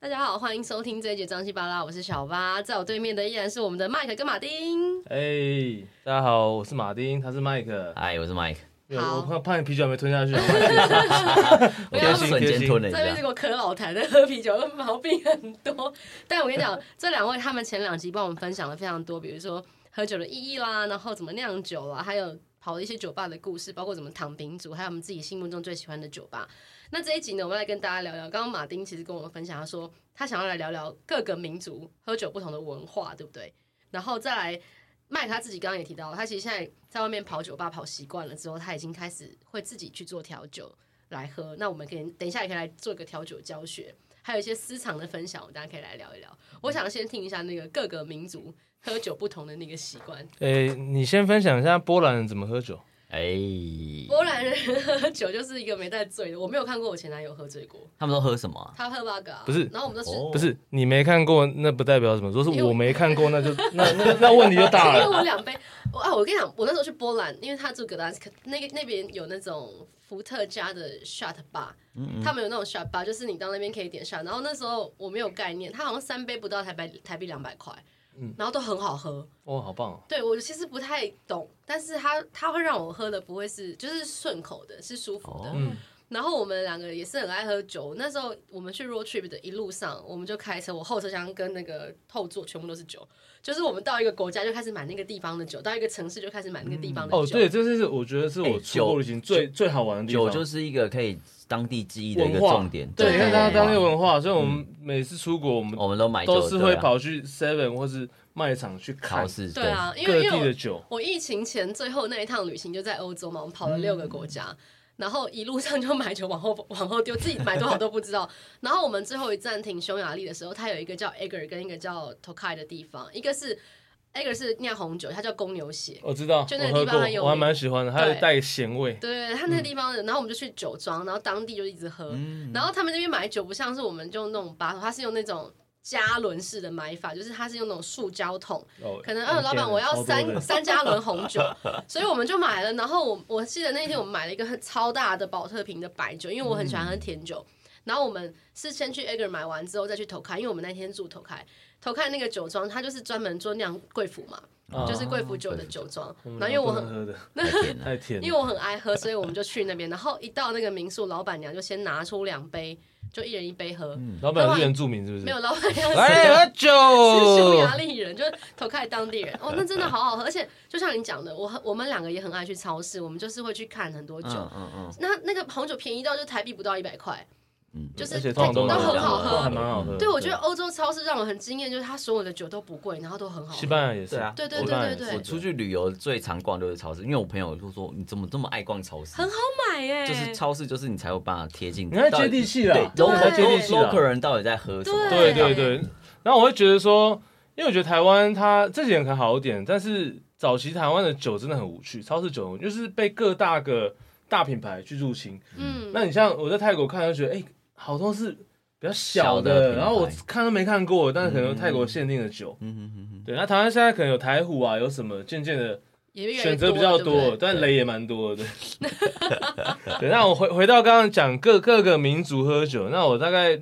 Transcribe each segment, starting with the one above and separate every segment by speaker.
Speaker 1: 大家好，欢迎收听这一节张西巴拉，我是小八，在我对面的依然是我们的麦克跟马丁。
Speaker 2: 哎、大家好，我是马丁，他是麦克。
Speaker 3: 嗨，哎我是 Mike，
Speaker 2: 对
Speaker 1: 好
Speaker 2: 我怕怕你啤酒还没吞下去，啊
Speaker 3: 我
Speaker 1: 要
Speaker 3: 刚瞬间吞了一
Speaker 1: 在那边这。
Speaker 3: 下
Speaker 1: 个可老痰的喝啤酒，毛病很多。但我跟你讲，这两位他们前两集帮我们分享了非常多，比如说喝酒的意义啦，然后怎么酿酒啦，还有跑一些酒吧的故事，包括怎么躺平族，还有我们自己心目中最喜欢的酒吧。那这一集呢，我们来跟大家聊聊。刚刚马丁其实跟我们分享，他说他想要来聊聊各个民族喝酒不同的文化，对不对？然后再来，麦克他自己刚刚也提到，他其实现在在外面跑酒吧跑习惯了之后，他已经开始会自己去做调酒，来喝。那我们可以等一下也可以来做个调酒教学，还有一些私藏的分享，我们大家可以来聊一聊。我想先听一下那个各个民族喝酒不同的那个习惯。
Speaker 2: 哎、你先分享一下波兰人怎么喝酒？
Speaker 3: 哎，
Speaker 1: 波兰人喝酒就是一个没带醉的，我没有看过我前男友喝醉过，
Speaker 3: 他们都喝什么啊？
Speaker 1: 他喝八嘎、啊，
Speaker 2: 不是
Speaker 1: 然后我们都是。
Speaker 3: 哦
Speaker 2: 不是你没看过，那不代表什么。如果
Speaker 1: 因为
Speaker 2: 是
Speaker 1: 我
Speaker 2: 我没看过，那就 那那那问题就大
Speaker 1: 因为
Speaker 2: 了。
Speaker 1: 我两杯，我啊，我跟你讲，我那时候去波兰，因为他住格达斯克，那个那边有那种伏特加的 shot bar，他
Speaker 2: 嗯
Speaker 1: 们有那种 shot bar，就是你到那边可以点 shot，然后那时候我没有概念，他好像三杯不到台币台币两百块，然后都很好喝，
Speaker 2: 哇、好棒、哦！
Speaker 1: 对我其实不太懂，但是它它会让我喝的不会是就是顺口的，是舒服的。
Speaker 3: 哦
Speaker 2: 嗯
Speaker 1: 然后我们两个也是很爱喝酒，那时候我们去 road trip 的一路上，我们就开车，我后车厢跟那个后座全部都是酒，就是我们到一个国家就开始买那个地方的酒，到一个城市就开始买那个地方的酒。
Speaker 2: 哦，对，这是我觉得是我
Speaker 3: 哎
Speaker 2: 出国
Speaker 3: 酒
Speaker 2: 旅行最最好玩的地方，
Speaker 3: 酒就是一个可以当地记忆的一个
Speaker 2: 文化
Speaker 3: 重点。
Speaker 2: 对，
Speaker 1: 对
Speaker 2: 你看大家当地
Speaker 3: 文化
Speaker 2: 文化，所以我们每次出国，我们
Speaker 3: 我们都哦买酒
Speaker 2: 都是会
Speaker 3: 对啊
Speaker 2: 跑去 Seven 或是卖场去看
Speaker 3: 考试，
Speaker 1: 对啊，因
Speaker 2: 各
Speaker 1: 为因
Speaker 2: 地
Speaker 1: 为
Speaker 2: 的
Speaker 1: 我
Speaker 2: 酒。
Speaker 1: 我疫情前最后那一趟旅行就在欧洲嘛，我们跑了六个国家。然后一路上就买酒往后往后丢，自己买多少都不知道。然后我们最后一站停匈牙利的时候，它有一个叫 Eger 跟一个叫 Tokai 的地方，一个是 Eger 是酿红酒，它叫公牛血，
Speaker 2: 我哦知道，
Speaker 1: 就那个
Speaker 2: 我喝
Speaker 1: 地方很有
Speaker 2: 过，我还
Speaker 1: 名
Speaker 2: 蛮喜欢的，它有
Speaker 1: 对
Speaker 2: 带咸味。
Speaker 1: 对，他那个地方的，然后我们就去酒庄，然后当地就一直喝。然后他们那边买酒不像是我们就那种把手，他是用那种加仑式的买法，就是他是用那种塑胶桶，
Speaker 2: 哦
Speaker 1: 可 能嗯，老板我要
Speaker 2: 超多
Speaker 1: 三
Speaker 2: 的
Speaker 1: 三加仑红 酒，所以我们就买了。然后我我记得那天我们买了一个很超大的保特瓶的白酒，因为我很喜欢喝甜酒。
Speaker 2: 嗯
Speaker 1: 然后我们是先去 Egger 买完之后再去投开，因为我们那天住投开，投开那个酒庄，它就是专门做酿贵腐嘛，
Speaker 2: 啊
Speaker 1: 就是贵腐酒的酒庄。然后因为我
Speaker 2: 不
Speaker 1: 很
Speaker 2: 能喝的
Speaker 3: 太甜了。
Speaker 2: 太甜了，
Speaker 1: 因为我很爱喝，所以我们就去那边。然后一到那个民宿，老板娘就先拿出两杯，就一人一杯喝。
Speaker 2: 老板有是原住民是不是？
Speaker 1: 没有，老板娘
Speaker 2: 来
Speaker 1: 是
Speaker 2: 喝酒
Speaker 1: 是匈牙利人，就是投靠当地人。哦，那真的好好喝。而且就像你讲的，我很我们两个也很爱去超市，我们就是会去看很多酒。
Speaker 3: 嗯嗯嗯，
Speaker 1: 那那个红酒便宜到就台币不到一百块，
Speaker 3: 嗯
Speaker 1: 就是
Speaker 2: 而且
Speaker 1: 它
Speaker 2: 通常
Speaker 1: 都
Speaker 2: 都蛮
Speaker 1: 很好
Speaker 2: 都还
Speaker 1: 喝。
Speaker 2: 蛮好喝的。
Speaker 1: 对，我觉得欧洲超市让我很惊艳，就是它所有的酒都不贵，然后都很好
Speaker 2: 西
Speaker 1: 喝。
Speaker 2: 班牙也是
Speaker 3: 对啊
Speaker 1: 对对
Speaker 2: 西
Speaker 1: 对
Speaker 2: 班
Speaker 1: 对
Speaker 2: 牙也是
Speaker 1: 对
Speaker 3: 我，出去旅游最常逛就是超市，因为我朋友就说你怎么这么爱逛超市？
Speaker 1: 很好买耶、
Speaker 3: 就是超市，就是你才有办法贴近，
Speaker 2: 你太接地气了啊
Speaker 1: 对
Speaker 3: 对，local-
Speaker 1: 太接
Speaker 2: 地气了
Speaker 3: local 人到底在喝什么？
Speaker 2: 对
Speaker 1: 对
Speaker 2: 对对。然后我会觉得说，因为我觉得台湾它这几年可能好一点，但是早期台湾的酒真的很无趣，超市酒就是被各大个大品牌去入侵。
Speaker 1: 嗯，
Speaker 2: 那你像我在泰国看，就觉得哎、好多是比较小
Speaker 3: 小的
Speaker 2: 的，
Speaker 3: 品牌
Speaker 2: 然后我看都没看过，但是可能有泰国限定的酒。
Speaker 3: 嗯嗯嗯嗯，
Speaker 2: 对，那台湾现在可能有台虎啊，有什么渐渐的。
Speaker 1: 也越来越
Speaker 2: 选择比较
Speaker 1: 了对不对
Speaker 2: 多，但雷也蛮多的。 对对，那我回回到刚刚讲各各个民族喝酒，那我大概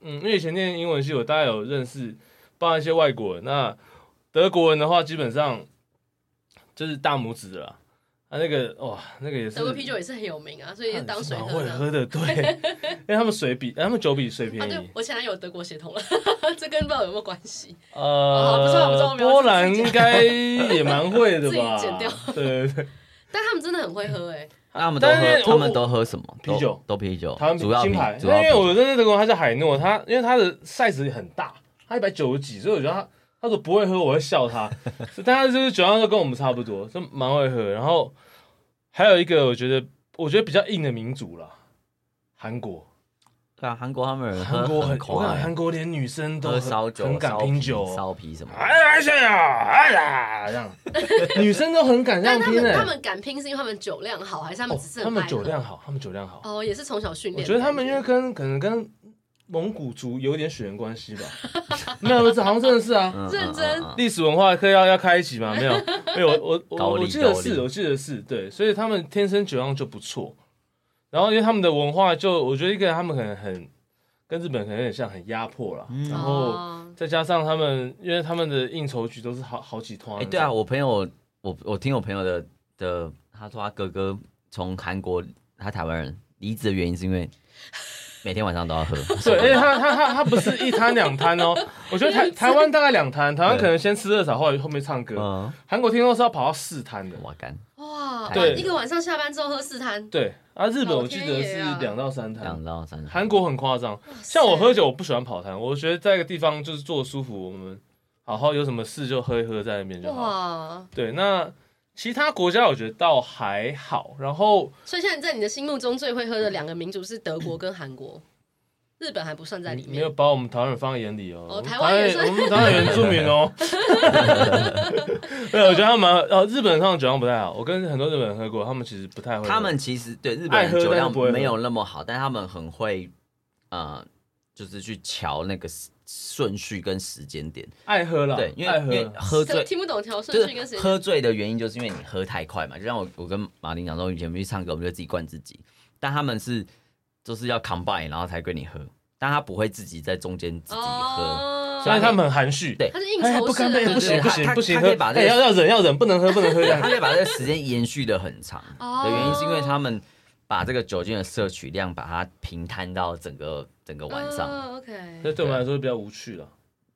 Speaker 2: 嗯，因为以前念英文系，我大概有认识包含一些外国人。那德国人的话，基本上就是大拇指的啦。啊，那个哇，那个也是
Speaker 1: 德国啤酒也是很有名啊，所以也当水
Speaker 2: 蛮
Speaker 1: 喝
Speaker 2: 会
Speaker 1: 的。
Speaker 2: 喝的，对， 因为他们水比他们酒比水
Speaker 1: 啊，
Speaker 2: 便宜
Speaker 1: 对。，我前男友有德国血统了， 这跟不知道有没有关系。哦不知道不知道我
Speaker 2: 呃，
Speaker 1: 们要
Speaker 2: 波兰应该也蛮会的
Speaker 1: 自己
Speaker 2: 吧
Speaker 1: 剪掉？
Speaker 2: 对对对，
Speaker 1: 但他们真的很会 喝哎、
Speaker 3: 那他们都
Speaker 2: 但是
Speaker 3: 喝，
Speaker 2: 我
Speaker 3: 他们都喝什么？
Speaker 2: 啤酒
Speaker 3: 都，都啤酒
Speaker 2: 台湾，
Speaker 3: 哦主要
Speaker 2: 金
Speaker 3: 啤
Speaker 2: 牌，
Speaker 3: 主
Speaker 2: 那
Speaker 3: 要
Speaker 2: 因
Speaker 3: 啤
Speaker 2: 为
Speaker 3: 酒。
Speaker 2: 我认识德国人，他是海诺，他因为他的 size 很大，他一百九十几，所以我觉得他他说不会喝，我会笑 他。但他就是酒量都跟我们差不多，就蛮会喝。然后还有一个，我觉得我觉得比较硬的民族啦，韩国，
Speaker 3: 对啊，韩国他们人喝
Speaker 2: 韩国
Speaker 3: 很
Speaker 2: 很，我看
Speaker 3: 狂，啊
Speaker 2: 韩国连女生都
Speaker 3: 喝
Speaker 2: 很
Speaker 3: 烧酒、
Speaker 2: 很敢
Speaker 3: 烧
Speaker 2: 拼
Speaker 3: 啤
Speaker 2: 酒哦。
Speaker 3: 烧啤什么的。
Speaker 2: 哎呀，哎呀，哎呀，这样， 女生都很敢这
Speaker 1: 但
Speaker 2: 样
Speaker 1: 他
Speaker 2: 拼
Speaker 1: 们
Speaker 2: 欸
Speaker 1: 他们敢拼是因为他们酒量好，还是他们
Speaker 2: 哦
Speaker 1: 只是很
Speaker 2: 他们
Speaker 1: 爱喝
Speaker 2: 酒量好，他们酒量好。
Speaker 1: 哦，也是从小训
Speaker 2: 我
Speaker 1: 练的感觉。
Speaker 2: 觉得他们因为跟可能跟蒙古族有点血缘关系吧，没有，这好像真的是啊。
Speaker 3: 嗯
Speaker 1: 认真
Speaker 3: 嗯嗯嗯
Speaker 2: 历史文化课要要开一集嘛？没有，没有，我我
Speaker 3: 高
Speaker 2: 我
Speaker 3: 丽
Speaker 2: 我记得
Speaker 3: 高丽
Speaker 2: 是，我记得是对，所以他们天生酒量就不错。然后因为他们的文化就，我觉得一个他们可能很跟日本可能有点像，很压迫啦。
Speaker 3: 嗯
Speaker 2: 然后
Speaker 1: 哦
Speaker 2: 再加上他们，因为他们的应酬局都是好好几团。
Speaker 3: 哎、对啊，，我朋友，我我听我朋友的的，他说他哥哥从韩国，他台湾人离职的原因是 因为每天晚上都要喝，
Speaker 2: 对，而且他他他他不是一摊两摊哦，我觉得 台台湾大概两摊，台湾可能先吃热炒，后来后面唱歌。
Speaker 3: 嗯，
Speaker 2: 韩国听说是要跑到四摊的，
Speaker 3: 哇干，
Speaker 1: 哇，哇
Speaker 2: 对
Speaker 1: 一个晚上下班之后喝四摊，
Speaker 2: 对啊，日本
Speaker 1: 老
Speaker 2: 我记
Speaker 1: 天
Speaker 2: 得
Speaker 1: 爷
Speaker 2: 是
Speaker 1: 啊
Speaker 2: 两到三摊
Speaker 3: 两，到三，
Speaker 2: 嗯韩国很夸张。
Speaker 1: 哇塞
Speaker 2: 像我喝酒，我不喜欢跑摊，我觉得在一个地方就是坐舒服，我们好好有什么事就喝一喝，在那边就好。
Speaker 1: 哇，
Speaker 2: 对，那其他国家我觉得倒还好，然后
Speaker 1: 所以现在在你的心目中最会喝的两个民族是德国跟韩 国，日本还不算在里
Speaker 2: 没
Speaker 1: 面
Speaker 2: 有。把我们台湾人放在眼里哦。
Speaker 1: 哦
Speaker 2: 我们
Speaker 1: 台湾人
Speaker 2: 我们台湾原住民 哦。对，我觉得他们呃，日本上酒量不太好，我跟很多日本人喝过，他们其实不太会喝。
Speaker 3: 他们其实对日本
Speaker 2: 爱
Speaker 3: 人
Speaker 2: 喝
Speaker 3: 酒
Speaker 2: 但是
Speaker 3: 量
Speaker 2: 不会喝
Speaker 3: 没有那么好，但他们很会呃，就是去瞧那个时顺序跟时间点。
Speaker 2: 爱喝啦，
Speaker 3: 对，因为
Speaker 2: 啊爱
Speaker 3: 因
Speaker 2: 喝
Speaker 3: 为
Speaker 2: 啦。
Speaker 3: 喝醉。
Speaker 1: 听不懂调顺
Speaker 3: 就
Speaker 1: 序跟谁
Speaker 3: 是喝醉的原因，就是因为你喝太快嘛。就像我，我跟马林讲说，以前我们去唱歌，我们就自己灌自己，但他们是就是要 combine，然后才跟你喝，但他不会自己在中间自己喝。
Speaker 1: 哦
Speaker 2: 所以他们很含蓄，
Speaker 3: 对
Speaker 1: 他是应
Speaker 2: 哎，
Speaker 1: 酬
Speaker 2: 不
Speaker 1: 式
Speaker 2: 干杯，
Speaker 1: 的
Speaker 2: 不行
Speaker 3: 对
Speaker 2: 不
Speaker 3: 他
Speaker 2: 行
Speaker 3: 他
Speaker 2: 不行，
Speaker 3: 他可以
Speaker 2: 喝
Speaker 3: 把这
Speaker 2: 哎
Speaker 3: 个
Speaker 2: 要要忍要忍，不能喝不能喝这样
Speaker 3: 他。可以把这个时间延续的很长。
Speaker 1: 哦
Speaker 3: 的原因是因为他们把这个酒精的摄取量把它平摊到整个整个晚上。
Speaker 1: 哦 OK，
Speaker 2: 这对我们来说比较无趣了，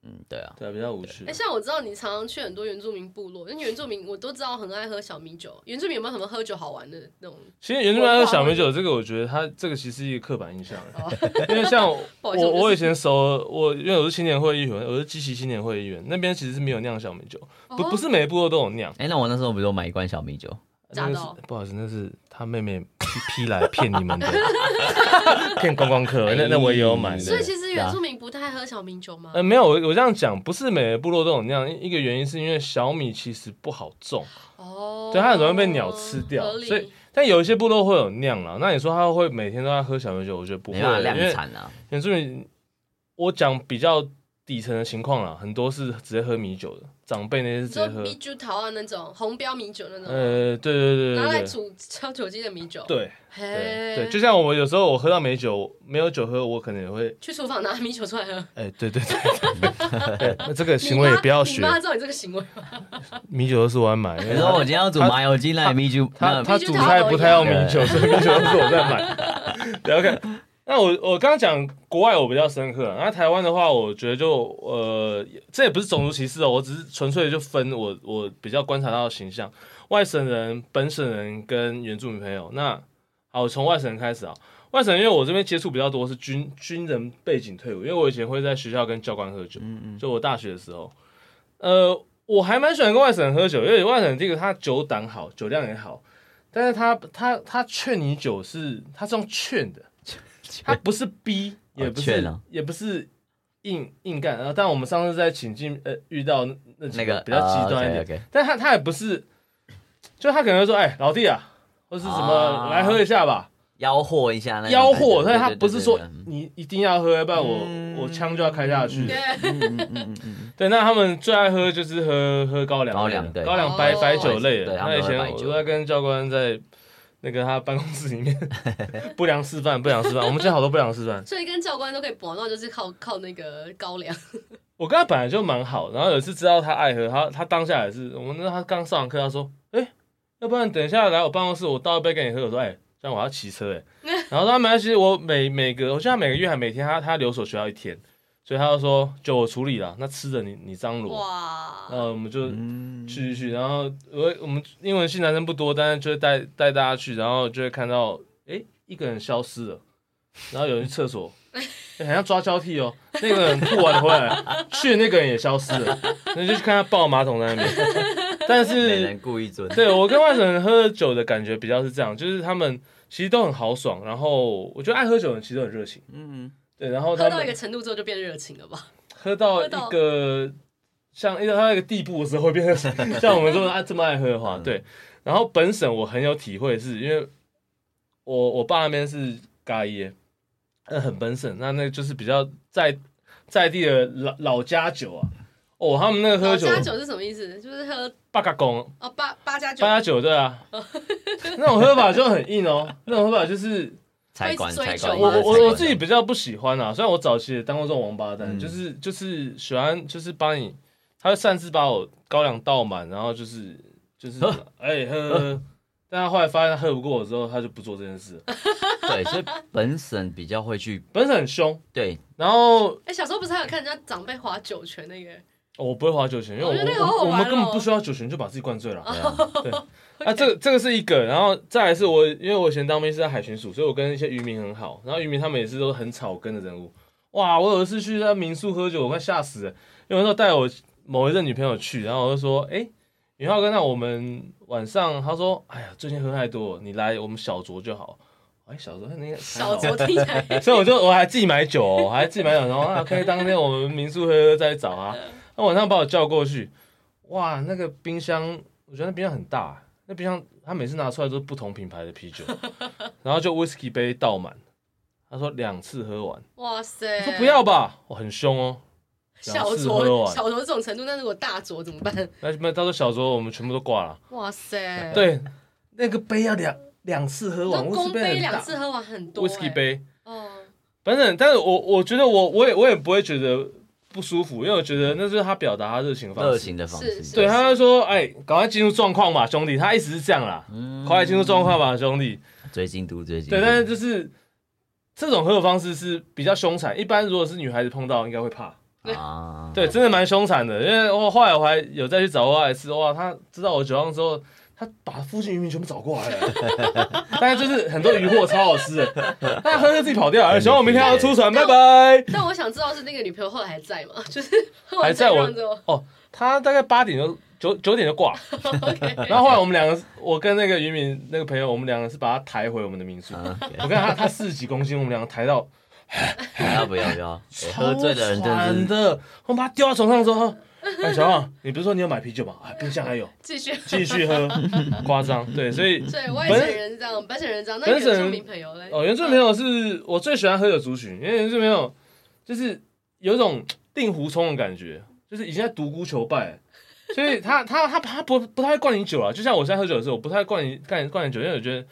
Speaker 3: 嗯，对啊，
Speaker 2: 对，比较无趣
Speaker 1: 哎、。像我知道你常常去很多原住民部落，因为原住民我都知道很爱喝小米酒。原住民有没有什么喝酒好玩的那种？
Speaker 2: 其实原住民喝小米酒，这个我觉得它这个其实是一个刻板印象，因为像
Speaker 1: 哦 不好
Speaker 2: 我
Speaker 1: 意思我就是
Speaker 2: 我以前熟，我因为我是青年会议员，我是基奇青年会议员，那边其实是没有酿小米酒，不
Speaker 1: 哦
Speaker 2: 不是每个部落都有酿，
Speaker 3: 哎、那我那时候不是有买一罐小米酒，
Speaker 1: 假
Speaker 2: 那
Speaker 1: 的
Speaker 2: 个
Speaker 1: 哦
Speaker 2: 是不好意思，那是他妹妹批批来骗 你们的，骗观光客，那那我也有买
Speaker 1: 所以
Speaker 2: 的。啊
Speaker 1: 其实原住民不太喝小米酒吗？
Speaker 2: 呃，没有，我我这样讲，不是每个部落都有酿，一一个原因是因为小米其实不好种。
Speaker 1: 哦，
Speaker 2: 对它很容易被鸟吃掉
Speaker 1: 合理
Speaker 2: 所以但有一些部落会有酿啦，那你说他会每天都在喝小米酒，我觉得不会，
Speaker 3: 没办法量
Speaker 2: 因为
Speaker 3: 产啊。
Speaker 2: 原住民，我讲比较底层的情况啦，很多是直接喝米酒的，长辈那些是
Speaker 1: 你
Speaker 2: 直接
Speaker 1: 说
Speaker 2: 喝，
Speaker 1: 米酒桃啊那种红标米酒那种，
Speaker 2: 呃，对对对
Speaker 1: 拿来
Speaker 2: 对对
Speaker 1: 煮烧酒鸡的米酒，
Speaker 2: 对
Speaker 1: 嘿
Speaker 2: 对对，就像我有时候我喝到没酒，没有酒喝，我可能也会，
Speaker 1: 去厨房拿米酒出来喝。
Speaker 2: 哎，对对对， 对那这个
Speaker 1: 你
Speaker 2: 行为也
Speaker 1: 妈
Speaker 2: 不要学
Speaker 1: 你，妈知道你这个行为吗？
Speaker 2: 米酒都是我在买，因
Speaker 3: 你
Speaker 2: 为
Speaker 3: 说我
Speaker 2: 他
Speaker 3: 今天要煮麻油鸡，那米酒，
Speaker 2: 他
Speaker 3: 那
Speaker 2: 他
Speaker 1: 米酒
Speaker 2: 煮
Speaker 1: 桃
Speaker 2: 菜
Speaker 1: 都
Speaker 2: 不
Speaker 1: 一
Speaker 2: 太要
Speaker 1: 样
Speaker 2: 米酒，所以米酒都是我在买。 对 OK，那我我刚刚讲国外我比较深刻啊，那台湾的话，我觉得就呃，这也不是种族歧视哦，我只是纯粹就分我我比较观察到的形象，外省人、本省人跟原住民朋友。那好，我从外省人开始啊。外省人因为我这边接触比较多是军军人背景退伍，因为我以前会在学校跟教官喝酒，
Speaker 3: 嗯
Speaker 2: 就我大学的时候，呃，我还蛮喜欢跟外省人喝酒，因为外省人第一个他酒胆好，酒量也好，但是他他他劝你酒是他是用劝 的，他不是逼，也不是、
Speaker 3: 劝啊
Speaker 2: 也不是硬硬干。然后，但我们上次在情境呃遇到那那几
Speaker 3: 那个哦
Speaker 2: 比较极端一点，
Speaker 3: 点，
Speaker 2: 但他他也不是，就他可能会说，哎，老弟啊，或是什么、
Speaker 3: 啊
Speaker 2: 来喝一下吧，
Speaker 3: 吆喝一下那种
Speaker 2: 吆喝，
Speaker 3: 感觉
Speaker 2: 但是他不是说
Speaker 3: 哎对对对嗯对对
Speaker 2: 你一定要喝，要不然我、
Speaker 3: 嗯
Speaker 2: 我枪就要开下去。
Speaker 3: 嗯嗯嗯嗯嗯嗯嗯，
Speaker 2: 对，那他们最爱喝就是喝喝高粱类的，
Speaker 3: 高粱对
Speaker 2: 高粱白
Speaker 1: 哦
Speaker 2: 白酒类的。
Speaker 3: 对
Speaker 2: 那
Speaker 3: 他们
Speaker 2: 以
Speaker 3: 喝
Speaker 2: 前
Speaker 3: 白
Speaker 2: 我
Speaker 3: 酒
Speaker 2: 在跟教官在那个他办公室里面 不良示范，不良示范，我们现在好多不良示 范。
Speaker 1: 所以跟教官都可以搏，那就是靠靠那个高粱。
Speaker 2: 我跟他本来就蛮好，然后有一次知道他爱喝，他他当下也是，我们那他刚上完课，他说，哎、要不然等一下来我办公室，我倒一杯给你喝。我说，哎、这样我要骑车哎、然后他没关系，我每每个，我记得他每个月还每天他他留守学校一天，所以他就说酒我处理了，那吃的你你张罗，
Speaker 1: 哇，
Speaker 2: 然后我们就
Speaker 3: 嗯
Speaker 2: 去去去，然后呃我我们英文系男生不多，但是就会带带大家去，然后就会看到哎、诶一个人消失了，然后有人去厕 所，诶很像抓交替哦，那个人吐完回 来，去的那个人也消失了，那就去看他抱马桶在那边， 但
Speaker 3: 没
Speaker 2: 是
Speaker 3: 人故意尊，
Speaker 2: 对我跟外省人喝酒的感觉比较是这样，就是他们其实都很豪爽，然后我觉得爱喝酒的人其实都很热情，
Speaker 3: 嗯，
Speaker 2: 对，然后他
Speaker 1: 喝到一
Speaker 2: 们
Speaker 1: 个程度之后就变热情了吧？
Speaker 2: 喝到
Speaker 1: 喝到
Speaker 2: 一个像一到到一个地步的时候，会变成 像我们这么爱这么爱喝的话，
Speaker 3: 嗯
Speaker 2: 对。然后本省我很有体会是，因为我我爸那边是咖耶，那很本省，那那就是比较在在地的老老家酒啊。哦，他们那个喝
Speaker 1: 老
Speaker 2: 酒
Speaker 1: 家酒是什么意思？就是喝
Speaker 2: 八嘎公
Speaker 1: 哦八八加九
Speaker 2: 哦八加九对啊，那种喝法就很硬哦，那种喝法就是
Speaker 3: 才管
Speaker 1: 会一
Speaker 3: 才
Speaker 1: 直
Speaker 3: 管。
Speaker 1: 追
Speaker 2: 我
Speaker 1: 求吗
Speaker 3: 才
Speaker 2: 我我
Speaker 3: 管
Speaker 2: 自己比较不喜欢啊，虽然我早期也当过这种王八蛋，
Speaker 3: 嗯
Speaker 2: 就是就是喜欢就是帮你，他会擅自把我高粱倒满，然后就是就是
Speaker 3: 喝
Speaker 2: 哎喝喝，喝但他后来发现他喝不过我之后，他就不做这件事了，
Speaker 3: 对，所以本省比较会去
Speaker 2: 本身很凶，
Speaker 3: 对
Speaker 2: 然后
Speaker 1: 哎、小时候不是还有看人家长辈划九泉那个？
Speaker 2: 哦我不会划酒泉，因为
Speaker 1: 我
Speaker 2: 我
Speaker 1: 觉得那个好好
Speaker 2: 我我
Speaker 1: 玩
Speaker 2: 们
Speaker 1: 哦
Speaker 2: 根本不需要酒泉就把自己灌醉了。
Speaker 3: 对啊，
Speaker 2: 啊，这个这个是一个，然后再来是我，因为我以前当兵是在海巡署，所以我跟一些渔民很好，然后渔民他们也是都很草根的人物。哇，我有一次去他民宿喝酒，我快吓死了，因为那时候带我某一任女朋友去，然后我就说，哎、云浩哥，那我们晚上，他说，哎呀，最近喝太多了，你来我们小酌就好。哎，小酌那个
Speaker 1: 小卓听起来，
Speaker 2: 所以我就我还自己买酒、哦，我还自己买酒，然后啊，可以当天我们民宿喝喝再去找 啊。
Speaker 1: 嗯
Speaker 2: 那晚上把我叫过去，哇，那个冰箱，我觉得那冰箱很大，那冰箱他每次拿出来都是不同品牌的啤 酒，然后就 whisky 杯倒满。他说两次喝完，
Speaker 1: 哇塞！
Speaker 2: 我说不要吧，我很凶哦。
Speaker 1: 小
Speaker 2: 两次喝
Speaker 1: 卓，
Speaker 2: 完
Speaker 1: 小卓这种程度，那如果大卓怎么办？
Speaker 2: 那那到时候小时候我们全部都挂了。
Speaker 1: 哇塞！，
Speaker 2: 对，那个杯要两两次喝完，
Speaker 1: 嗯公
Speaker 2: whisky
Speaker 1: 杯
Speaker 2: 杯很
Speaker 1: 两
Speaker 2: 大
Speaker 1: 次喝完很多、欸。
Speaker 2: ，whisky，杯。
Speaker 1: 哦，
Speaker 2: 反正，但是我我觉得我我也我也不会觉得不舒服，因为我觉得那就是他表达他热情的方式。
Speaker 3: 热情的方式
Speaker 1: 是，是
Speaker 2: 对，他就说：“哎，赶快进入状况吧，兄弟。”他一直是这样啦，
Speaker 3: 嗯
Speaker 2: 快进入状况吧，兄弟。
Speaker 3: 追京都追京都，
Speaker 2: 对，但是就是这种喝的方式是比较凶残，一般如果是女孩子碰到应该会怕。
Speaker 3: 啊，
Speaker 2: 对，真的蛮凶残的，因为我后来我还有再去找过他一次，哇，他知道我酒量之后，他把附近渔民全部找过来了， 但是就是很多鱼货超好吃的，但喝就自己跑掉了，哎希望我明天要出船，拜拜。
Speaker 1: 但我想知道是那个女朋友后来还在吗？ 就是后来
Speaker 2: 还在我
Speaker 1: 这样子哦
Speaker 2: 他大概八点就九九点就 挂，
Speaker 1: OK，
Speaker 2: 然后后来我们两个，我跟那个渔民那个朋友，我们两个是把他抬回我们的民 宿。
Speaker 3: 啊，
Speaker 2: 我看他他四十几公斤，我们两个抬到
Speaker 3: 不要不要不要，哎喝醉的人真
Speaker 2: 真
Speaker 3: 的
Speaker 2: 的，我们把他丢到床上之后，哎，小胖，你不是说你有买啤酒吗？啊，冰箱还有，
Speaker 1: 继续。
Speaker 2: 继续 喝，夸张。对，所以
Speaker 1: 对，外省人是这样，本省人是这样，那
Speaker 2: 本
Speaker 1: 原
Speaker 2: 省人
Speaker 1: 住民朋友嘞？
Speaker 2: 哦，原住民朋友是我最喜欢喝酒族群，因为原住民朋友就是有一种令狐冲的感觉，就是已经在独孤求败，所以他他他他不不太会灌你酒啊。就像我现在喝酒的时候，我不太会灌你灌你灌你酒，因为我觉得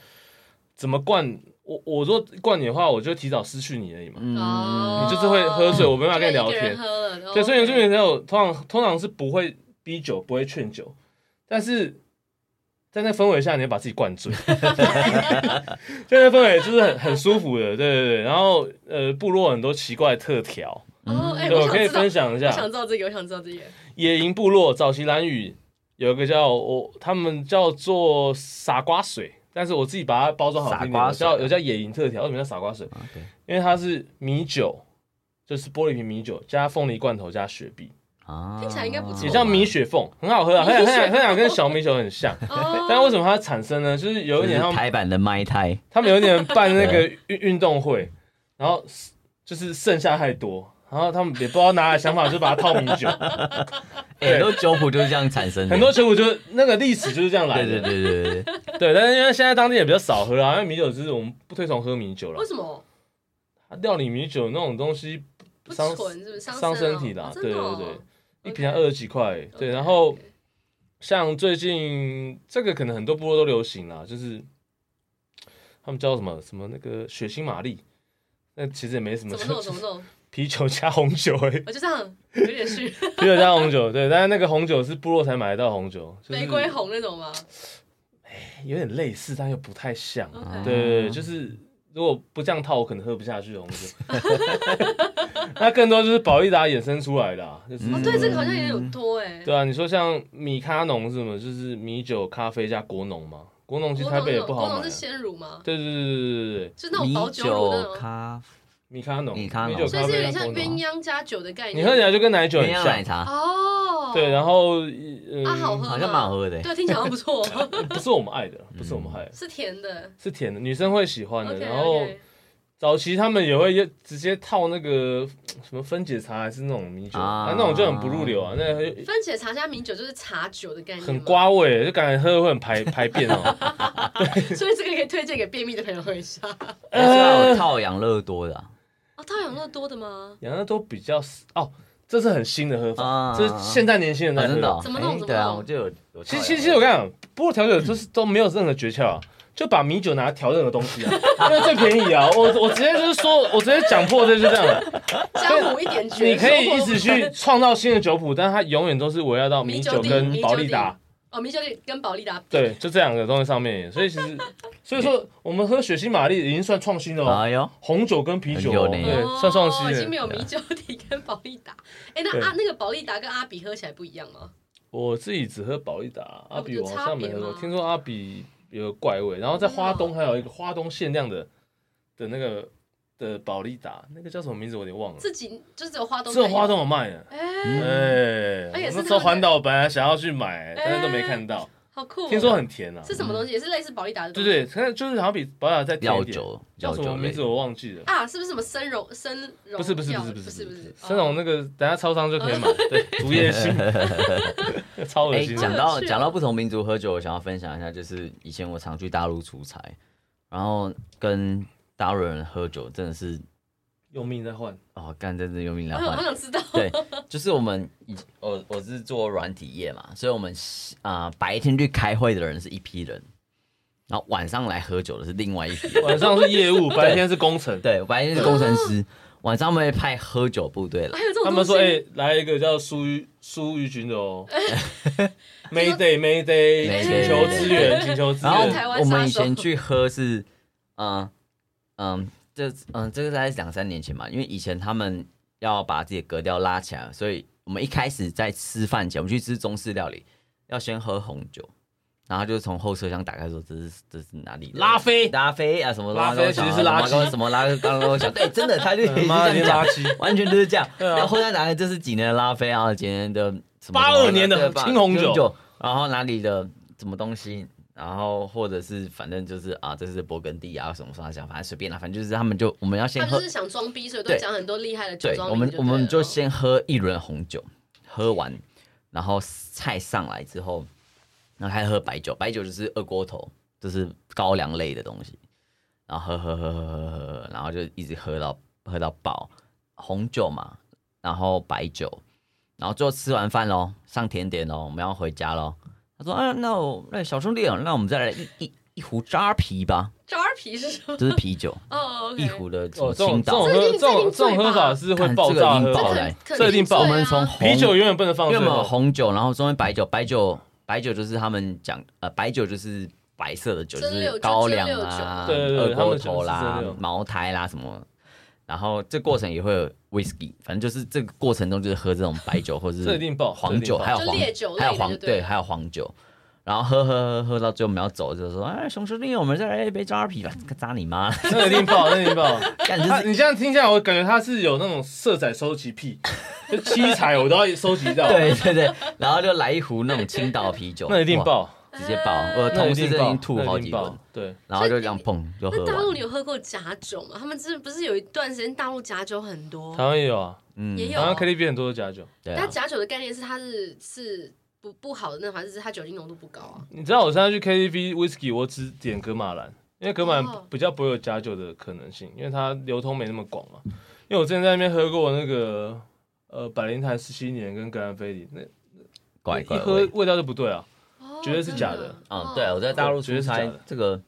Speaker 2: 怎么灌我我如果灌你的话，我就提早失去你而已嘛。
Speaker 3: 嗯
Speaker 1: 哦，
Speaker 2: 你就是会喝水我没办法跟你聊
Speaker 1: 就
Speaker 2: 天
Speaker 1: 一个人喝了，然后
Speaker 2: 对，所以原住民朋友通常通常是不会逼酒，不会劝酒，但是在那氛围下，你会把自己灌 醉，在那氛围就是很很舒服的，对对对。然后呃，部落很多奇怪的特调，
Speaker 1: 哦，哎，
Speaker 2: 对，我
Speaker 1: 我
Speaker 2: 可以
Speaker 1: 想
Speaker 2: 分
Speaker 1: 知道，
Speaker 2: 享一
Speaker 1: 我
Speaker 2: 下
Speaker 1: 想。知道这个，我想知道这个。
Speaker 2: 野营部落早期蓝屿有一个叫我，他们叫做傻瓜水，但是我自己把它包装好听一点，
Speaker 3: 傻瓜
Speaker 2: 有
Speaker 3: 水
Speaker 2: 叫有叫野营特调，为什么叫傻瓜水？
Speaker 3: 啊对
Speaker 2: 因为它是米酒，就是玻璃瓶米酒加凤梨罐头加雪碧。
Speaker 3: 啊，
Speaker 1: 听起来应该不错
Speaker 2: 也叫米雪凤，很好喝啊，喝起来喝起来喝起来跟小米酒很像。
Speaker 1: 哦，
Speaker 2: 但为什么它产生呢？就是有一
Speaker 3: 就是
Speaker 2: 年他们
Speaker 3: 台版的麦太，
Speaker 2: 他们有一 年办那个运运动会，然后就是剩下太多，然后他们也不知道哪来的想法，就把它套米 酒。对
Speaker 3: 哎，很多酒谱就是这样产生的，
Speaker 2: 很多酒股就那个历史就是这样来
Speaker 3: 对
Speaker 2: 的。
Speaker 3: 对对对对对，
Speaker 2: 对但是因为现在当地也比较少喝啊，因为米酒就是我们不推崇喝米酒了
Speaker 1: 为。什么
Speaker 2: 料理米酒那种东西
Speaker 1: 不
Speaker 2: 伤
Speaker 1: 纯？是不是伤
Speaker 2: 伤身
Speaker 1: 哦
Speaker 2: 体的啊
Speaker 1: 哦真的哦
Speaker 2: 对对对
Speaker 1: OK
Speaker 2: 一瓶才二十几块，对，然后
Speaker 1: OK，OK
Speaker 2: 像最近这个可能很多部落都流行啦，就是他们叫什么什么那个血腥玛丽，那其实也没什么，
Speaker 1: 怎么弄
Speaker 2: 就
Speaker 1: 怎么弄，
Speaker 2: 啤酒加红酒而已，
Speaker 1: 我就这样有点 虚，
Speaker 2: 啤酒加红酒，对，但是那个红酒是部落才买得到的红酒，就是
Speaker 1: 玫瑰红那种吗？
Speaker 2: 有点类似，但又不太像，
Speaker 1: OK
Speaker 2: 对对对，就是。如果不这样套，我可能喝不下去的红酒。 那更多就是宝利达衍生出来的、啊，就是、
Speaker 3: 哦
Speaker 1: 哦，对，这个好像也有多哎。
Speaker 2: 对啊，你说像米咖农是什么？就是米酒、咖啡加国农嘛。国农其实
Speaker 1: 国
Speaker 2: 台
Speaker 1: 农
Speaker 2: 北也
Speaker 1: 那种
Speaker 2: 不
Speaker 1: 国
Speaker 2: 好买、
Speaker 1: 农
Speaker 2: 啊
Speaker 1: 是。鲜乳吗？
Speaker 2: 对对对对对对对，
Speaker 1: 就是那种
Speaker 3: 米
Speaker 1: 保酒乳那
Speaker 3: 酒
Speaker 1: 种，
Speaker 3: 咖
Speaker 2: 米咖农、
Speaker 3: 米咖农
Speaker 2: 米酒、
Speaker 1: 所以
Speaker 2: 咖
Speaker 1: 是有点
Speaker 2: 啡加
Speaker 1: 像
Speaker 2: 国农，
Speaker 1: 鸳鸯加酒的概念。
Speaker 2: 啊你喝起来就跟奶酒
Speaker 3: 鸳
Speaker 2: 很
Speaker 3: 鸯
Speaker 2: 像。
Speaker 3: 奶茶，
Speaker 1: 哦，
Speaker 2: 对，然后嗯，
Speaker 1: 啊好喝
Speaker 3: 好像蛮好喝的，
Speaker 1: 对，听起来好像不错，哦
Speaker 2: 不是我们爱的，不是我们
Speaker 3: 嗯
Speaker 2: 爱的，
Speaker 1: 是甜 的。
Speaker 2: 是甜的，女生会喜欢的。
Speaker 1: OK，
Speaker 2: 然后
Speaker 1: OK
Speaker 2: 早期他们也会直接套那个什么分解茶，还是那种米酒，
Speaker 3: 啊
Speaker 2: 啊，那种就很不入流啊，那很
Speaker 1: 番茄茶加米酒就是茶酒的概念，
Speaker 2: 很，瓜味，就感觉喝会很排排便哦。
Speaker 1: 所以这个可以推荐给便秘的朋友喝一下。
Speaker 3: 哎这个有套养乐多的啊，
Speaker 1: 哦，它有那多的吗？
Speaker 2: 养乐多比较哦，这是很新的喝法，
Speaker 3: 啊
Speaker 2: 这是现在年轻人在
Speaker 3: 啊
Speaker 2: 喝。
Speaker 3: 真的哦，
Speaker 1: 怎么弄
Speaker 3: 哎
Speaker 1: 怎么
Speaker 3: 对啊，
Speaker 1: 弄
Speaker 3: 我就有，有
Speaker 2: 其
Speaker 1: 嗯
Speaker 2: 实
Speaker 3: 套养
Speaker 2: 其实其实我跟你讲，不过调酒就是都没有任何诀窍啊，就把米酒拿来调任何东西啊， 因为最便宜啊。我我直接就是说，我直接讲破这就这样了。
Speaker 1: 江湖一点绝，
Speaker 2: 啊你可以一直去 创造新的酒谱，但它永远都是围绕到米
Speaker 1: 米
Speaker 2: 酒
Speaker 1: 底
Speaker 2: 跟保利达。。
Speaker 1: 米酒底哦，米酒底跟保利达比，
Speaker 2: 对，就这两个东西上面，所以其 实，所以说我们喝雪西玛丽已经算创新了哦，
Speaker 3: 哎呦，
Speaker 2: 红酒跟啤酒哦，
Speaker 3: 很有呢
Speaker 2: 对，
Speaker 1: 哦
Speaker 2: 算创新
Speaker 1: 已经没有
Speaker 2: 了。
Speaker 1: 米酒底跟保利达。哎，那
Speaker 2: 啊对
Speaker 1: 阿那个保利达跟阿比喝起来不一样吗？
Speaker 2: 我自己只喝保利达，阿比
Speaker 1: 哦有
Speaker 2: 我好像没喝
Speaker 1: 差别
Speaker 2: 过
Speaker 1: 吗，
Speaker 2: 听说阿比有个怪味，然后在花东还有一个花东限量的的那个的保利达，那个叫什么名字我有点忘了，
Speaker 1: 自己就只有花东，
Speaker 2: 只有花东。有卖的。
Speaker 1: 哎，
Speaker 2: 哎，
Speaker 1: 而且是
Speaker 2: 我那
Speaker 1: 他
Speaker 2: 时候
Speaker 1: 们
Speaker 2: 环岛本来想要去买，但是都没看到，
Speaker 1: 好酷哦！
Speaker 2: 听说很甜啊。
Speaker 1: 是什么东西，也是类似保利达的东
Speaker 2: 对
Speaker 1: 西。
Speaker 2: 对，可能就是好像比保利达再甜
Speaker 3: 药
Speaker 2: 一点。
Speaker 3: 酒，
Speaker 2: 叫
Speaker 3: 药
Speaker 2: 什么
Speaker 3: 酒类哎
Speaker 2: 名字我忘记了。
Speaker 1: 啊，是不是什么生溶生溶？
Speaker 2: 不是不是不是
Speaker 1: 不
Speaker 2: 不是
Speaker 1: 是
Speaker 2: 不
Speaker 1: 是
Speaker 2: 是，生龙
Speaker 1: 哦嗯
Speaker 2: 那个等下超商就可以买， 对，竹叶青， 超恶
Speaker 3: 哎，
Speaker 2: 心的。
Speaker 3: 讲
Speaker 1: 好有
Speaker 3: 到
Speaker 1: 趣哦
Speaker 3: 讲到不同民族喝酒，我想要分享一下，就是以前我常去大陆出差，然后跟大陆人喝酒，真的是
Speaker 2: 用命在换，
Speaker 3: 哦，干真的用命来
Speaker 1: 我想我
Speaker 3: 换。
Speaker 1: 想知道。
Speaker 3: 对， 就是我们以哦我我是做软体业嘛，所以我们啊、呃白天去开会的人是一批人，然后晚上来喝酒的是另外一批人。
Speaker 2: 晚上是业 务，白天是工程。
Speaker 3: 对，白天是工程师，晚上我们会派喝酒部队 来
Speaker 1: 还。有这种
Speaker 2: 他们说，
Speaker 1: 东西
Speaker 2: 哎，来一个叫苏玉苏玉群的 哦，Mayday Mayday，请
Speaker 3: Mayday
Speaker 2: 求支援，请求支
Speaker 3: 然后
Speaker 1: 是台
Speaker 2: 援。
Speaker 1: 湾
Speaker 3: 我们
Speaker 1: 杀
Speaker 3: 以前
Speaker 1: 手
Speaker 3: 去喝是，嗯嗯，这嗯这个大概是两三年前嘛，因为以前他们要把自己的格调拉起来，所以我们一开始在吃饭前，我们去吃中式料理，要先喝红酒。然后就从后车厢打开说：“这是这是哪里的？
Speaker 2: 拉菲
Speaker 3: 拉菲啊，什么
Speaker 2: 拉菲其实是垃圾
Speaker 3: 什么拉刚刚我想，对，真的，他就
Speaker 2: 嗯妈的，
Speaker 3: 这
Speaker 2: 你
Speaker 3: 样讲
Speaker 2: 垃圾！
Speaker 3: 完全就是这样。
Speaker 2: 啊
Speaker 3: 然后后来拿来这是几年的拉菲啊，几年的什么
Speaker 2: 82年的
Speaker 3: 对吧
Speaker 2: 青红酒
Speaker 3: 然后哪里的什么东西，然后或者是反正就是啊，这是勃艮第啊什么啥想，反正随便啦、反正就是他们就我们要先
Speaker 1: 他们
Speaker 3: 喝
Speaker 1: 就，是想装逼，所以都
Speaker 3: 对
Speaker 1: 讲很多厉害的酒
Speaker 3: 对，
Speaker 1: 庄
Speaker 3: 我
Speaker 1: 名
Speaker 3: 们
Speaker 1: 对
Speaker 3: 我
Speaker 1: 了哦
Speaker 3: 们就先喝一轮红酒，喝完，然后菜上来之后，然后还喝白酒，白酒就是二锅头，就是高粱类的东西，然后喝喝喝喝喝喝喝，然后就一直喝到喝到饱，红酒嘛，然后白酒，然后最后吃完饭喽，上甜点喽，我们要回家喽。他说：“啊，那我那小兄弟，啊那我们再来一一一壶扎啤吧，
Speaker 1: 渣儿皮是什么？
Speaker 3: 就是 啤酒，
Speaker 1: 哦，
Speaker 3: 一壶 的什
Speaker 2: 哦，
Speaker 3: 么
Speaker 2: 这种
Speaker 3: 青
Speaker 2: 这
Speaker 3: 岛
Speaker 2: 种，
Speaker 1: 这
Speaker 2: 喝
Speaker 1: 一定
Speaker 2: 这种
Speaker 1: 这
Speaker 2: 这
Speaker 1: 一定
Speaker 2: 种喝
Speaker 1: 醉吧
Speaker 2: 法是会爆
Speaker 3: 干这
Speaker 2: 炸喝
Speaker 3: 个一定爆
Speaker 2: 法
Speaker 3: 炸
Speaker 2: 的，
Speaker 1: 这
Speaker 2: 这一定爆
Speaker 3: 我
Speaker 1: 啊
Speaker 3: 们从
Speaker 2: 啤
Speaker 3: 红
Speaker 2: 酒永远不能放哦
Speaker 3: 因为
Speaker 2: 最
Speaker 3: 我们
Speaker 2: 后。
Speaker 3: 红酒，然后中间白酒，白酒白酒就是他们讲呃，白酒就是白色的酒，就
Speaker 1: 蒸馏
Speaker 3: 是高粱
Speaker 1: 就蒸馏酒
Speaker 3: 啦、
Speaker 2: 对对对
Speaker 3: 二
Speaker 2: 他
Speaker 3: 锅
Speaker 2: 们讲的
Speaker 3: 头
Speaker 2: 是
Speaker 3: 啦
Speaker 2: 蒸馏、
Speaker 3: 茅台啦什么。然后这过程也会有 whisky，反正就是这个过程中就是喝这种白酒或 者
Speaker 2: 这一定爆
Speaker 3: 黄酒，
Speaker 2: 这一定爆
Speaker 3: 还有黄
Speaker 1: 就烈酒类的
Speaker 3: 还有
Speaker 1: 就
Speaker 3: 黄
Speaker 1: 对了
Speaker 3: 还有黄酒。然后喝喝喝喝到最后我们要走，就说哎，熊师弟，我们再来一杯扎啤吧，扎 你妈！
Speaker 2: 那一定爆，那一定 爆。
Speaker 3: 干就
Speaker 2: 他，
Speaker 3: 是
Speaker 2: 你这样听下来，我感觉他是有那种色彩收集癖，就七彩我都要收集到，
Speaker 3: 对对对，然后就来一壶那种青岛啤酒，
Speaker 2: 那一定
Speaker 3: 哇，
Speaker 2: 爆，
Speaker 3: 直接爆！我
Speaker 2: 那一
Speaker 3: 同事
Speaker 2: 定
Speaker 3: 真的已
Speaker 2: 爆，
Speaker 3: 经吐好几
Speaker 2: 那一定
Speaker 3: 轮
Speaker 2: 爆。，对，
Speaker 3: 然后就这样砰就喝
Speaker 1: 那大陆
Speaker 3: 完
Speaker 1: 你。有喝过假酒吗？他们是不是有一段时间大陆假酒很多
Speaker 2: 台？湾也有啊，
Speaker 3: 嗯
Speaker 1: 也有
Speaker 2: 台湾 KTV 很多都假酒。
Speaker 3: 对啊
Speaker 1: 但，假酒的概念是它是是不不好的那还是它酒精浓度不高啊？
Speaker 2: 你知道我现在去 KTV whisky，我只点格马兰，因为格马兰
Speaker 1: 哦
Speaker 2: 比较不会有假酒的可能性，因为它流通没那么广嘛。因为我之前在那边喝过那个呃百灵台十七年跟格兰菲迪，那
Speaker 3: 怪怪
Speaker 2: 一喝
Speaker 3: 味。
Speaker 2: 味道就不对啊，
Speaker 1: 哦啊
Speaker 2: 绝对是假的哦
Speaker 3: 嗯，对，我在大陆出
Speaker 2: 绝对
Speaker 3: 差
Speaker 2: 是假的，
Speaker 3: 这个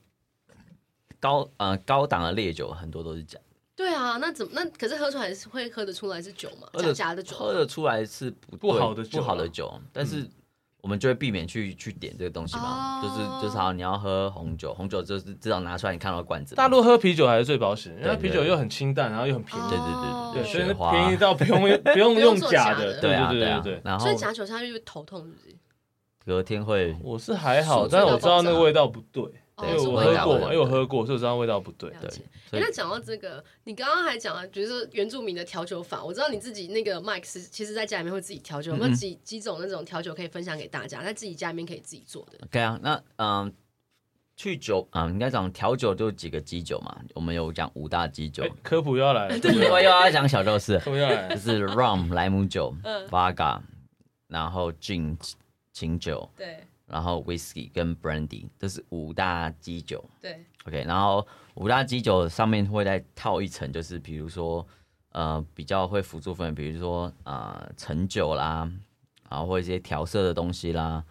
Speaker 3: 高呃高档的烈酒很多都是假的，
Speaker 1: 对啊，那怎么那可是喝出来是会喝得出来是酒嘛？
Speaker 3: 喝
Speaker 1: 假
Speaker 3: 得
Speaker 1: 假的酒
Speaker 3: 喝得出来是不
Speaker 2: 不
Speaker 3: 对
Speaker 2: 好的酒
Speaker 3: 不好的
Speaker 2: 啦嗯
Speaker 3: 酒，但是我们就会避免去去点这个东西嘛，
Speaker 1: 哦
Speaker 3: 就是就是好，你要喝红酒，红酒就是至少拿出来你看到罐子嘛。
Speaker 2: 大陆喝啤酒还是最保险，因为它
Speaker 3: 对对
Speaker 2: 啤酒又很清淡，然后又很便宜
Speaker 1: 哦，
Speaker 3: 对
Speaker 2: 对，
Speaker 3: 对对
Speaker 2: 所
Speaker 3: 对，
Speaker 2: 以
Speaker 3: 雪
Speaker 2: 那
Speaker 3: 花
Speaker 2: 便宜到不用 不用
Speaker 1: 不
Speaker 2: 用
Speaker 1: 用做
Speaker 2: 假
Speaker 1: 假
Speaker 2: 的，
Speaker 1: 的
Speaker 3: 对啊
Speaker 2: 对
Speaker 3: 啊
Speaker 2: 对对
Speaker 3: 对啊。。然后
Speaker 1: 所以假哦酒下去就头痛，是不是？
Speaker 3: 隔天会
Speaker 2: 我是还好，
Speaker 1: 是
Speaker 2: 但是我知
Speaker 1: 知
Speaker 2: 道
Speaker 1: 道爆炸
Speaker 2: 那个味道不对，因
Speaker 1: 哦
Speaker 2: 为
Speaker 1: 是
Speaker 2: 我
Speaker 1: 味
Speaker 2: 喝
Speaker 1: 道
Speaker 2: 过
Speaker 1: 的
Speaker 2: 嘛，因为我喝过，所以我知道味道不对。
Speaker 1: 了
Speaker 3: 对
Speaker 1: 解。，
Speaker 3: 所
Speaker 1: 哎、
Speaker 3: 以
Speaker 1: 那讲到这个，你刚刚还讲了，比如说原住民的调酒法，我知道你自己那个 Mike 是其实在家里面会自己调酒，有没有
Speaker 3: 嗯
Speaker 1: 几几种那种调酒可以分享给大家，在自己家里面可以自己做的？
Speaker 3: OK 啊，那嗯，去酒啊、嗯应该讲调酒就几个基酒嘛，我们有讲五大基酒
Speaker 2: 哎，，科普又 要来了，科普
Speaker 3: 另
Speaker 2: 又
Speaker 3: 外又要讲小豆事，
Speaker 2: 要来
Speaker 3: 就
Speaker 2: 了，
Speaker 3: 是 rum 莱姆酒、
Speaker 1: 嗯
Speaker 3: vodka，然后 gin 琴酒，
Speaker 1: 对
Speaker 3: 然后 whisky 跟 brandy，这是五大基酒。
Speaker 1: 对，
Speaker 3: OK，然后五大基酒上面会再套一层，就是比如说呃比较会辅助分，比如说呃陈酒啦，然后或一些调色的东西啦，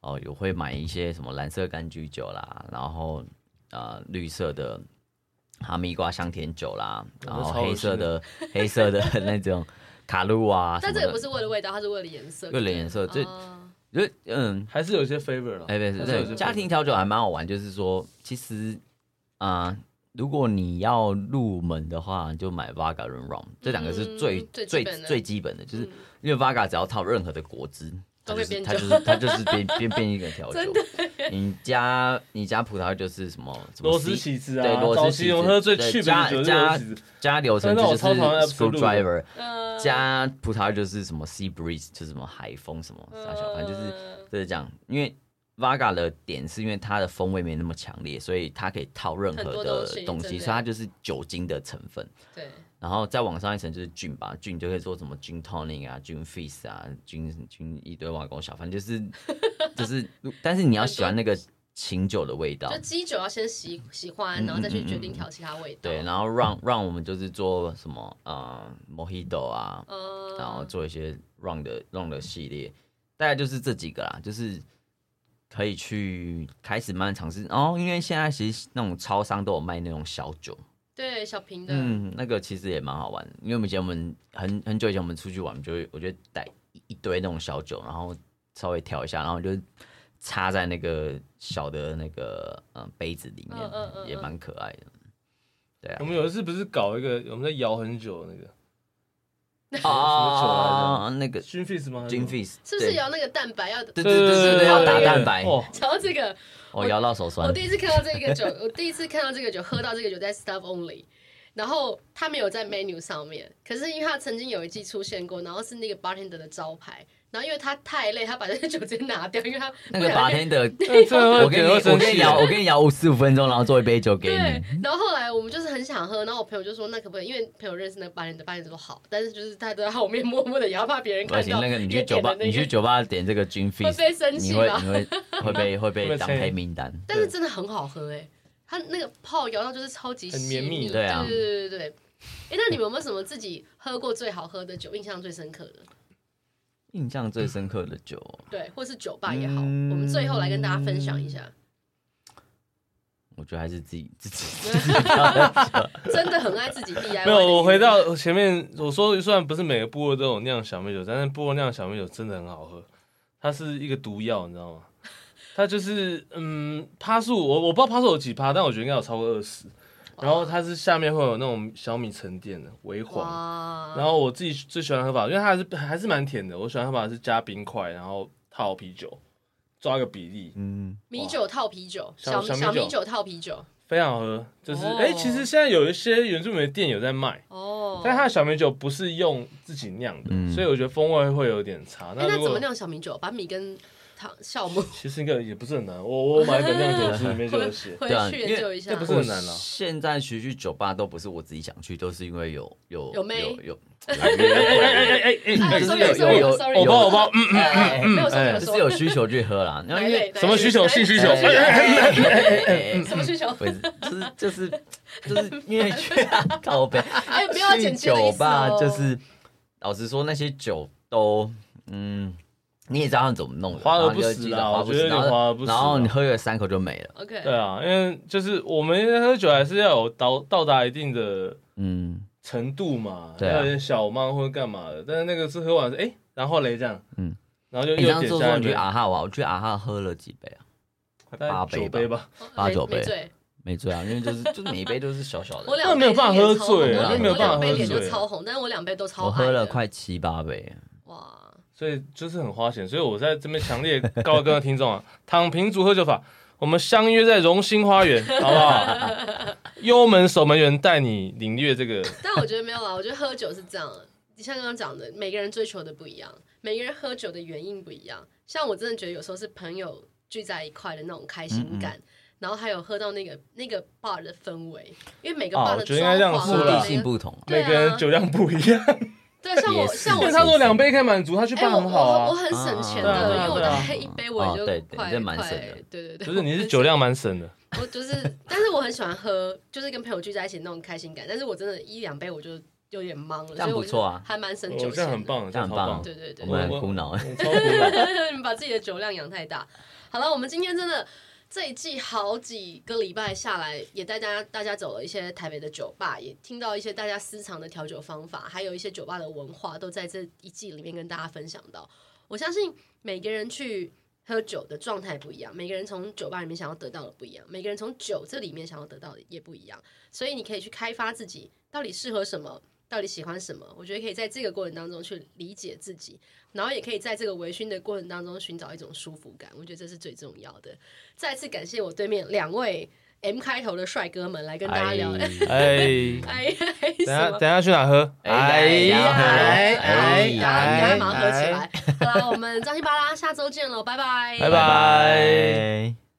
Speaker 3: 哦有会买一些什么蓝色柑橘酒啦，然后呃绿色的哈密瓜香甜酒啦，然
Speaker 2: 那
Speaker 3: 后
Speaker 2: 哦超恶
Speaker 3: 黑色
Speaker 2: 心的
Speaker 3: 的黑色的那种卡路啊 什
Speaker 1: 但
Speaker 3: 么
Speaker 1: 这也不
Speaker 3: 的，
Speaker 1: 是为了味道，它是为了颜色。
Speaker 3: 为了颜色，这
Speaker 1: 哦
Speaker 3: 就嗯，
Speaker 2: 还是有一些 favor 了。
Speaker 3: 哎，对
Speaker 2: 还是有
Speaker 3: 对，
Speaker 2: 些
Speaker 3: 家
Speaker 2: flavor
Speaker 3: 庭调酒还蛮好玩，就是说其实啊、呃如果你要入门的话，就买 Vaga 跟 Rum，这两个是最、
Speaker 1: 嗯最基
Speaker 3: 最
Speaker 1: 本的
Speaker 3: 最基本的，就是
Speaker 1: 嗯
Speaker 3: 因为 Vaga 只要套任何的果汁，
Speaker 1: 都
Speaker 3: 它就
Speaker 1: 会
Speaker 3: 是
Speaker 1: 变
Speaker 3: 它就
Speaker 1: 酒
Speaker 3: 是它就是变变变一个 调酒
Speaker 1: 真。
Speaker 3: 你加你加葡萄就是什么什么
Speaker 2: 螺丝
Speaker 3: C-
Speaker 2: 起子
Speaker 3: 对
Speaker 2: 啊，
Speaker 3: 螺丝
Speaker 2: 早
Speaker 3: 起
Speaker 2: 期
Speaker 3: 子
Speaker 2: 我们喝最
Speaker 3: 对
Speaker 2: cheap
Speaker 3: 加
Speaker 2: 的酒是螺
Speaker 3: 加
Speaker 2: 丝起子，
Speaker 3: 加流程
Speaker 2: 但是我
Speaker 3: 就
Speaker 2: 超讨厌
Speaker 3: 是
Speaker 2: Absolute 的
Speaker 3: screwdriver，
Speaker 1: 嗯
Speaker 3: 加葡萄就是什么 sea breeze，就是什么海风什么啥小，反正就是
Speaker 1: 呃
Speaker 3: 就是这样，因为 Vaga 的点是因为它的风味没那么强烈，所以它可以套任
Speaker 1: 很
Speaker 3: 何
Speaker 1: 多
Speaker 3: 的
Speaker 1: 东西
Speaker 3: 东
Speaker 1: 真
Speaker 3: 西，
Speaker 1: 的
Speaker 3: 所以它就是酒精的成分。
Speaker 1: 对，
Speaker 3: 然后再往上一层就是菌吧，菌就可以做什么菌 tonic 啊、菌 fizz 啊、菌菌一堆外公小，反正就是 就是，但是你要喜欢那个清酒的味道
Speaker 1: 就，基酒要先喜喜欢，然后再去决定调其他味道。
Speaker 3: 嗯对，然后让让我们就是做什么呃 mojito 啊，
Speaker 1: 嗯，
Speaker 3: 然后做一些 run 的 run 的系列，大概就是这几个啦，就是可以去开始慢慢尝试。哦，因为现在其实那种超商都有卖那种小酒，
Speaker 1: 对小瓶的，
Speaker 3: 嗯，那个其实也蛮好玩的。因为我们以前我们很很久以前我们出去玩，我们就会我就会带一一堆那种小酒，然后稍微调一下，然后就插在那个小的那个嗯杯子里面，
Speaker 1: 嗯嗯嗯
Speaker 3: 也
Speaker 1: 嗯
Speaker 3: 蛮可爱的。对啊
Speaker 2: 我，们有一次不是搞一个，我们在摇很久的那个
Speaker 3: 啊，那个
Speaker 2: 军 f i s 吗？还是什
Speaker 3: 金
Speaker 2: 么
Speaker 3: fish
Speaker 1: 是不是有那个蛋白要？
Speaker 2: 对
Speaker 3: 对对对
Speaker 2: 对
Speaker 3: 对，
Speaker 2: 对，
Speaker 3: 要打
Speaker 2: 对
Speaker 3: 蛋白，
Speaker 2: 哦，
Speaker 1: 瞧这个，
Speaker 3: 我摇到手酸
Speaker 1: 我。第一次看到这个酒， 我第一次看到这个酒，喝到这个酒在 Stuff Only，然后它没有在 menu 上面，可是因为它曾经有一季出现过，然后是那个 bartender 的招牌，然后因为他太累，他把这个酒直接拿掉，因为他
Speaker 3: 那个
Speaker 1: 不
Speaker 3: 白
Speaker 1: 小心
Speaker 3: 天的，
Speaker 2: 那这个
Speaker 3: 我
Speaker 2: 会觉
Speaker 3: 跟你
Speaker 2: 得会
Speaker 3: 我
Speaker 2: 生
Speaker 3: 跟你
Speaker 2: 气。
Speaker 3: 聊，我跟你聊五十五分钟，然后做一杯酒给
Speaker 1: 对
Speaker 3: 你。，
Speaker 1: 然后后来我们就是很想喝，然后我朋友就说那可不可以？因为朋友认识那个八点的八点说好，但是就是他都在后面默默的，也要怕别人
Speaker 3: 不
Speaker 1: 看
Speaker 3: 行，
Speaker 1: 到。
Speaker 3: 那个你去
Speaker 1: 也
Speaker 3: 酒
Speaker 1: 点
Speaker 3: 吧
Speaker 1: 了，那
Speaker 3: 你去
Speaker 1: 个
Speaker 3: 酒吧点这个军费
Speaker 1: 会，被生气
Speaker 3: 你会
Speaker 1: 吧
Speaker 3: 你？会会被会被当黑名单。
Speaker 1: 但是真的很好喝哎、它那个泡摇到就是超级
Speaker 2: 很
Speaker 1: 细
Speaker 2: 绵密
Speaker 3: 对啊
Speaker 1: 对对对对对。哎、那你们有没有什么自己喝过最好喝的酒，印象最深刻的？
Speaker 3: 印象最深刻的酒，
Speaker 1: 对，或是酒吧也好，
Speaker 3: 嗯
Speaker 1: 我们最后来跟大家分享一下，
Speaker 3: 我觉得还是自己自己。
Speaker 1: 真的很爱自己 DIY。
Speaker 2: 没有，我回到前面我说，虽然不是每个部落都有酿小米酒，但是部落酿小米酒真的很好喝，它是一个毒药，你知道吗？它就是嗯，趴数我我不知道趴数有几趴，但我觉得应该有超过二十。然后它是下面会有那种小米沉淀的微黄，
Speaker 1: 哇，
Speaker 2: 然后我自己最喜欢的喝法，因为它还是还是蛮甜的，我喜欢喝法是加冰块，然后泡啤酒，抓个比例，
Speaker 3: 嗯，
Speaker 1: 米酒套啤酒，
Speaker 2: 小
Speaker 1: 小
Speaker 2: 小米酒
Speaker 1: 米酒套啤酒，
Speaker 2: 非常好喝。就是
Speaker 1: 哦
Speaker 2: 哎、诶其实现在有一些原住民的店有在卖。
Speaker 1: 哦。
Speaker 2: 但它的小米酒不是用自己酿的，
Speaker 3: 嗯
Speaker 2: 所以我觉得风味会有点差。
Speaker 1: 哎、
Speaker 2: 那
Speaker 1: 那怎
Speaker 2: 如
Speaker 1: 么
Speaker 2: 果
Speaker 1: 酿小米酒？把米跟糖酵母。
Speaker 2: 其实应该也不是很难，我我买本酿酒师里 面就有 写
Speaker 1: 回
Speaker 3: 对啊
Speaker 1: 去
Speaker 3: 因
Speaker 1: 研
Speaker 3: 为
Speaker 1: 究一下。
Speaker 2: 这不是很难了
Speaker 3: 现在其实去酒吧都不是我自己想去，都是因为有有
Speaker 1: 有妹
Speaker 3: 有有，
Speaker 2: 哎哎哎哎哎
Speaker 1: 哎
Speaker 2: 哎，
Speaker 3: 就是
Speaker 1: sorry，
Speaker 3: 有
Speaker 1: sorry，
Speaker 3: 有有
Speaker 1: sorry
Speaker 2: 我包我
Speaker 3: 有，
Speaker 2: 包，嗯，
Speaker 1: 哎没有说没有
Speaker 3: 就是
Speaker 1: 说，
Speaker 3: 有需求去喝啦。然
Speaker 1: 哪
Speaker 3: 后因
Speaker 1: 一
Speaker 3: 为
Speaker 1: 类
Speaker 2: 什么需求？性需求？
Speaker 3: 哎哎
Speaker 2: 哎哎哎
Speaker 1: 什么需 求？
Speaker 3: 不是，就是就是就是因为去啊靠背，
Speaker 1: 哎不要
Speaker 3: 去
Speaker 1: 剪接的
Speaker 3: 酒
Speaker 1: 意思
Speaker 3: 吧
Speaker 1: 哦
Speaker 3: 就是，老实说那些酒都，嗯，你也知道他们怎么弄的，
Speaker 2: 花而
Speaker 3: 然后
Speaker 2: 不
Speaker 3: 就
Speaker 2: 实
Speaker 3: 记得
Speaker 2: 啦
Speaker 3: 花
Speaker 2: 我
Speaker 3: 不
Speaker 2: 觉
Speaker 3: 实
Speaker 2: 得有
Speaker 3: 然
Speaker 2: 点花
Speaker 3: 后
Speaker 2: 而不
Speaker 3: 然
Speaker 2: 实
Speaker 3: 后
Speaker 2: 啦
Speaker 3: 你喝个三口就没了，
Speaker 1: OK，
Speaker 2: 对啊，因为就是我们喝酒还是要有到到达一定的
Speaker 3: 嗯
Speaker 2: 程度嘛，
Speaker 3: 对啊
Speaker 2: 要有点小忙或者干嘛的。但是那个是喝完是哎，然后嘞这样，
Speaker 3: 嗯
Speaker 2: 嗯，然后就
Speaker 3: 你
Speaker 2: 又
Speaker 3: 刚刚
Speaker 2: 点
Speaker 3: 说
Speaker 2: 下
Speaker 3: 说
Speaker 2: 一
Speaker 3: 你去啊
Speaker 2: 杯，
Speaker 3: 阿哈哇，我去阿哈喝了几杯啊？快
Speaker 2: 大
Speaker 3: 八
Speaker 2: 概九
Speaker 3: 杯
Speaker 2: 杯
Speaker 3: 吧，
Speaker 2: 吧。
Speaker 3: 八
Speaker 1: 哦没
Speaker 3: 九杯
Speaker 1: 没醉
Speaker 3: 没醉啊，因为就是就是每一杯都是小小
Speaker 1: 我
Speaker 3: 的，
Speaker 1: 两杯
Speaker 2: 那没有办法喝醉啊
Speaker 1: 我两
Speaker 3: 那没有办法
Speaker 1: 我两杯
Speaker 3: 喝醉
Speaker 1: 脸就超红，但是我两杯都超
Speaker 3: 我
Speaker 1: 爱的
Speaker 3: 喝了快七八杯，
Speaker 1: 哇，
Speaker 2: 所以就是很花钱。所以我在这边强烈告各位听众啊，躺平族喝酒法，我们相约在荣兴花园，好不好？幽门守门员带你领略这个，
Speaker 1: 但我觉得没有啦，我觉得喝酒是这样，你像刚刚讲的，每个人追求的不一样，每个人喝酒的原因不一样。像我真的觉得有时候是朋友聚在一块的那种开
Speaker 3: 嗯
Speaker 1: 心感。然后还有喝到那个那个 bar 的氛围，因为每个
Speaker 2: 哦
Speaker 1: bar
Speaker 2: 我
Speaker 1: 的
Speaker 2: 觉
Speaker 1: 装
Speaker 2: 得应该这样
Speaker 1: 潢
Speaker 2: 说
Speaker 1: 啊
Speaker 2: 啦
Speaker 3: 目的
Speaker 1: 每
Speaker 3: 性
Speaker 1: 个
Speaker 3: 不同啊，
Speaker 1: 对
Speaker 2: 每
Speaker 1: 啊
Speaker 2: 个人酒量不一样。
Speaker 1: 对，像
Speaker 3: 也
Speaker 1: 我
Speaker 3: 是
Speaker 1: 像
Speaker 2: 但
Speaker 1: 我
Speaker 2: 是他说两杯可以满足，他去
Speaker 1: 哎，
Speaker 2: 办
Speaker 1: 我
Speaker 2: 很好
Speaker 1: 我我
Speaker 2: 啊。
Speaker 1: 很省钱
Speaker 2: 啊
Speaker 1: 的，
Speaker 2: 啊
Speaker 1: 因为我
Speaker 2: 对啊
Speaker 1: 大概一杯我
Speaker 3: 哦
Speaker 1: 就
Speaker 3: 对对
Speaker 1: 快
Speaker 3: 你这蛮
Speaker 1: 快
Speaker 3: 省的
Speaker 1: 对对对，
Speaker 2: 不是你是酒量蛮省的，
Speaker 1: 我就是，但是我很喜欢喝，就是跟朋友聚在一起那种开心感。但是我真的，一两杯我就有点懵了，
Speaker 3: 这
Speaker 1: 所
Speaker 3: 样
Speaker 1: 以我
Speaker 3: 不错啊
Speaker 1: 就还蛮省
Speaker 2: 我
Speaker 1: 酒
Speaker 2: 哦这
Speaker 1: 钱
Speaker 2: 样
Speaker 1: 的。
Speaker 2: 很棒，
Speaker 3: 这样
Speaker 2: 超
Speaker 3: 很
Speaker 2: 棒
Speaker 3: 棒，
Speaker 1: 对对对
Speaker 3: 我，们很苦恼，
Speaker 2: 我超苦恼。
Speaker 1: 你们把自己的酒量养太大。好了，我们今天真的这一季好几个礼拜下来，也带大家大家走了一些台北的酒吧，也听到一些大家私藏的调酒方法，还有一些酒吧的文化，都在这一季里面跟大家分享到。我相信每个人去喝酒的状态不一样，每个人从酒吧里面想要得到的不一样，每个人从酒这里面想要得到的也不一样，所以你可以去开发自己到底适合什么。到底喜欢什么？我觉得可以在这个过程当中去理解自己，然后也可以在这个微醺的过程当中寻找一种舒服感。我觉得这是最重要的。再次感谢我对面两位 M 开头的帅哥们来跟大家聊。哎
Speaker 2: 哎，
Speaker 1: 哎，
Speaker 2: 等下
Speaker 1: 什么
Speaker 2: 等？下去哪喝？
Speaker 3: 哎呀
Speaker 1: 哎
Speaker 3: 哎
Speaker 1: 哎
Speaker 3: 哎
Speaker 1: 呀！你赶快
Speaker 2: 哎
Speaker 1: 马上合起来。好啦，我们张西巴拉下周见喽，拜拜，
Speaker 2: 拜拜
Speaker 3: 拜拜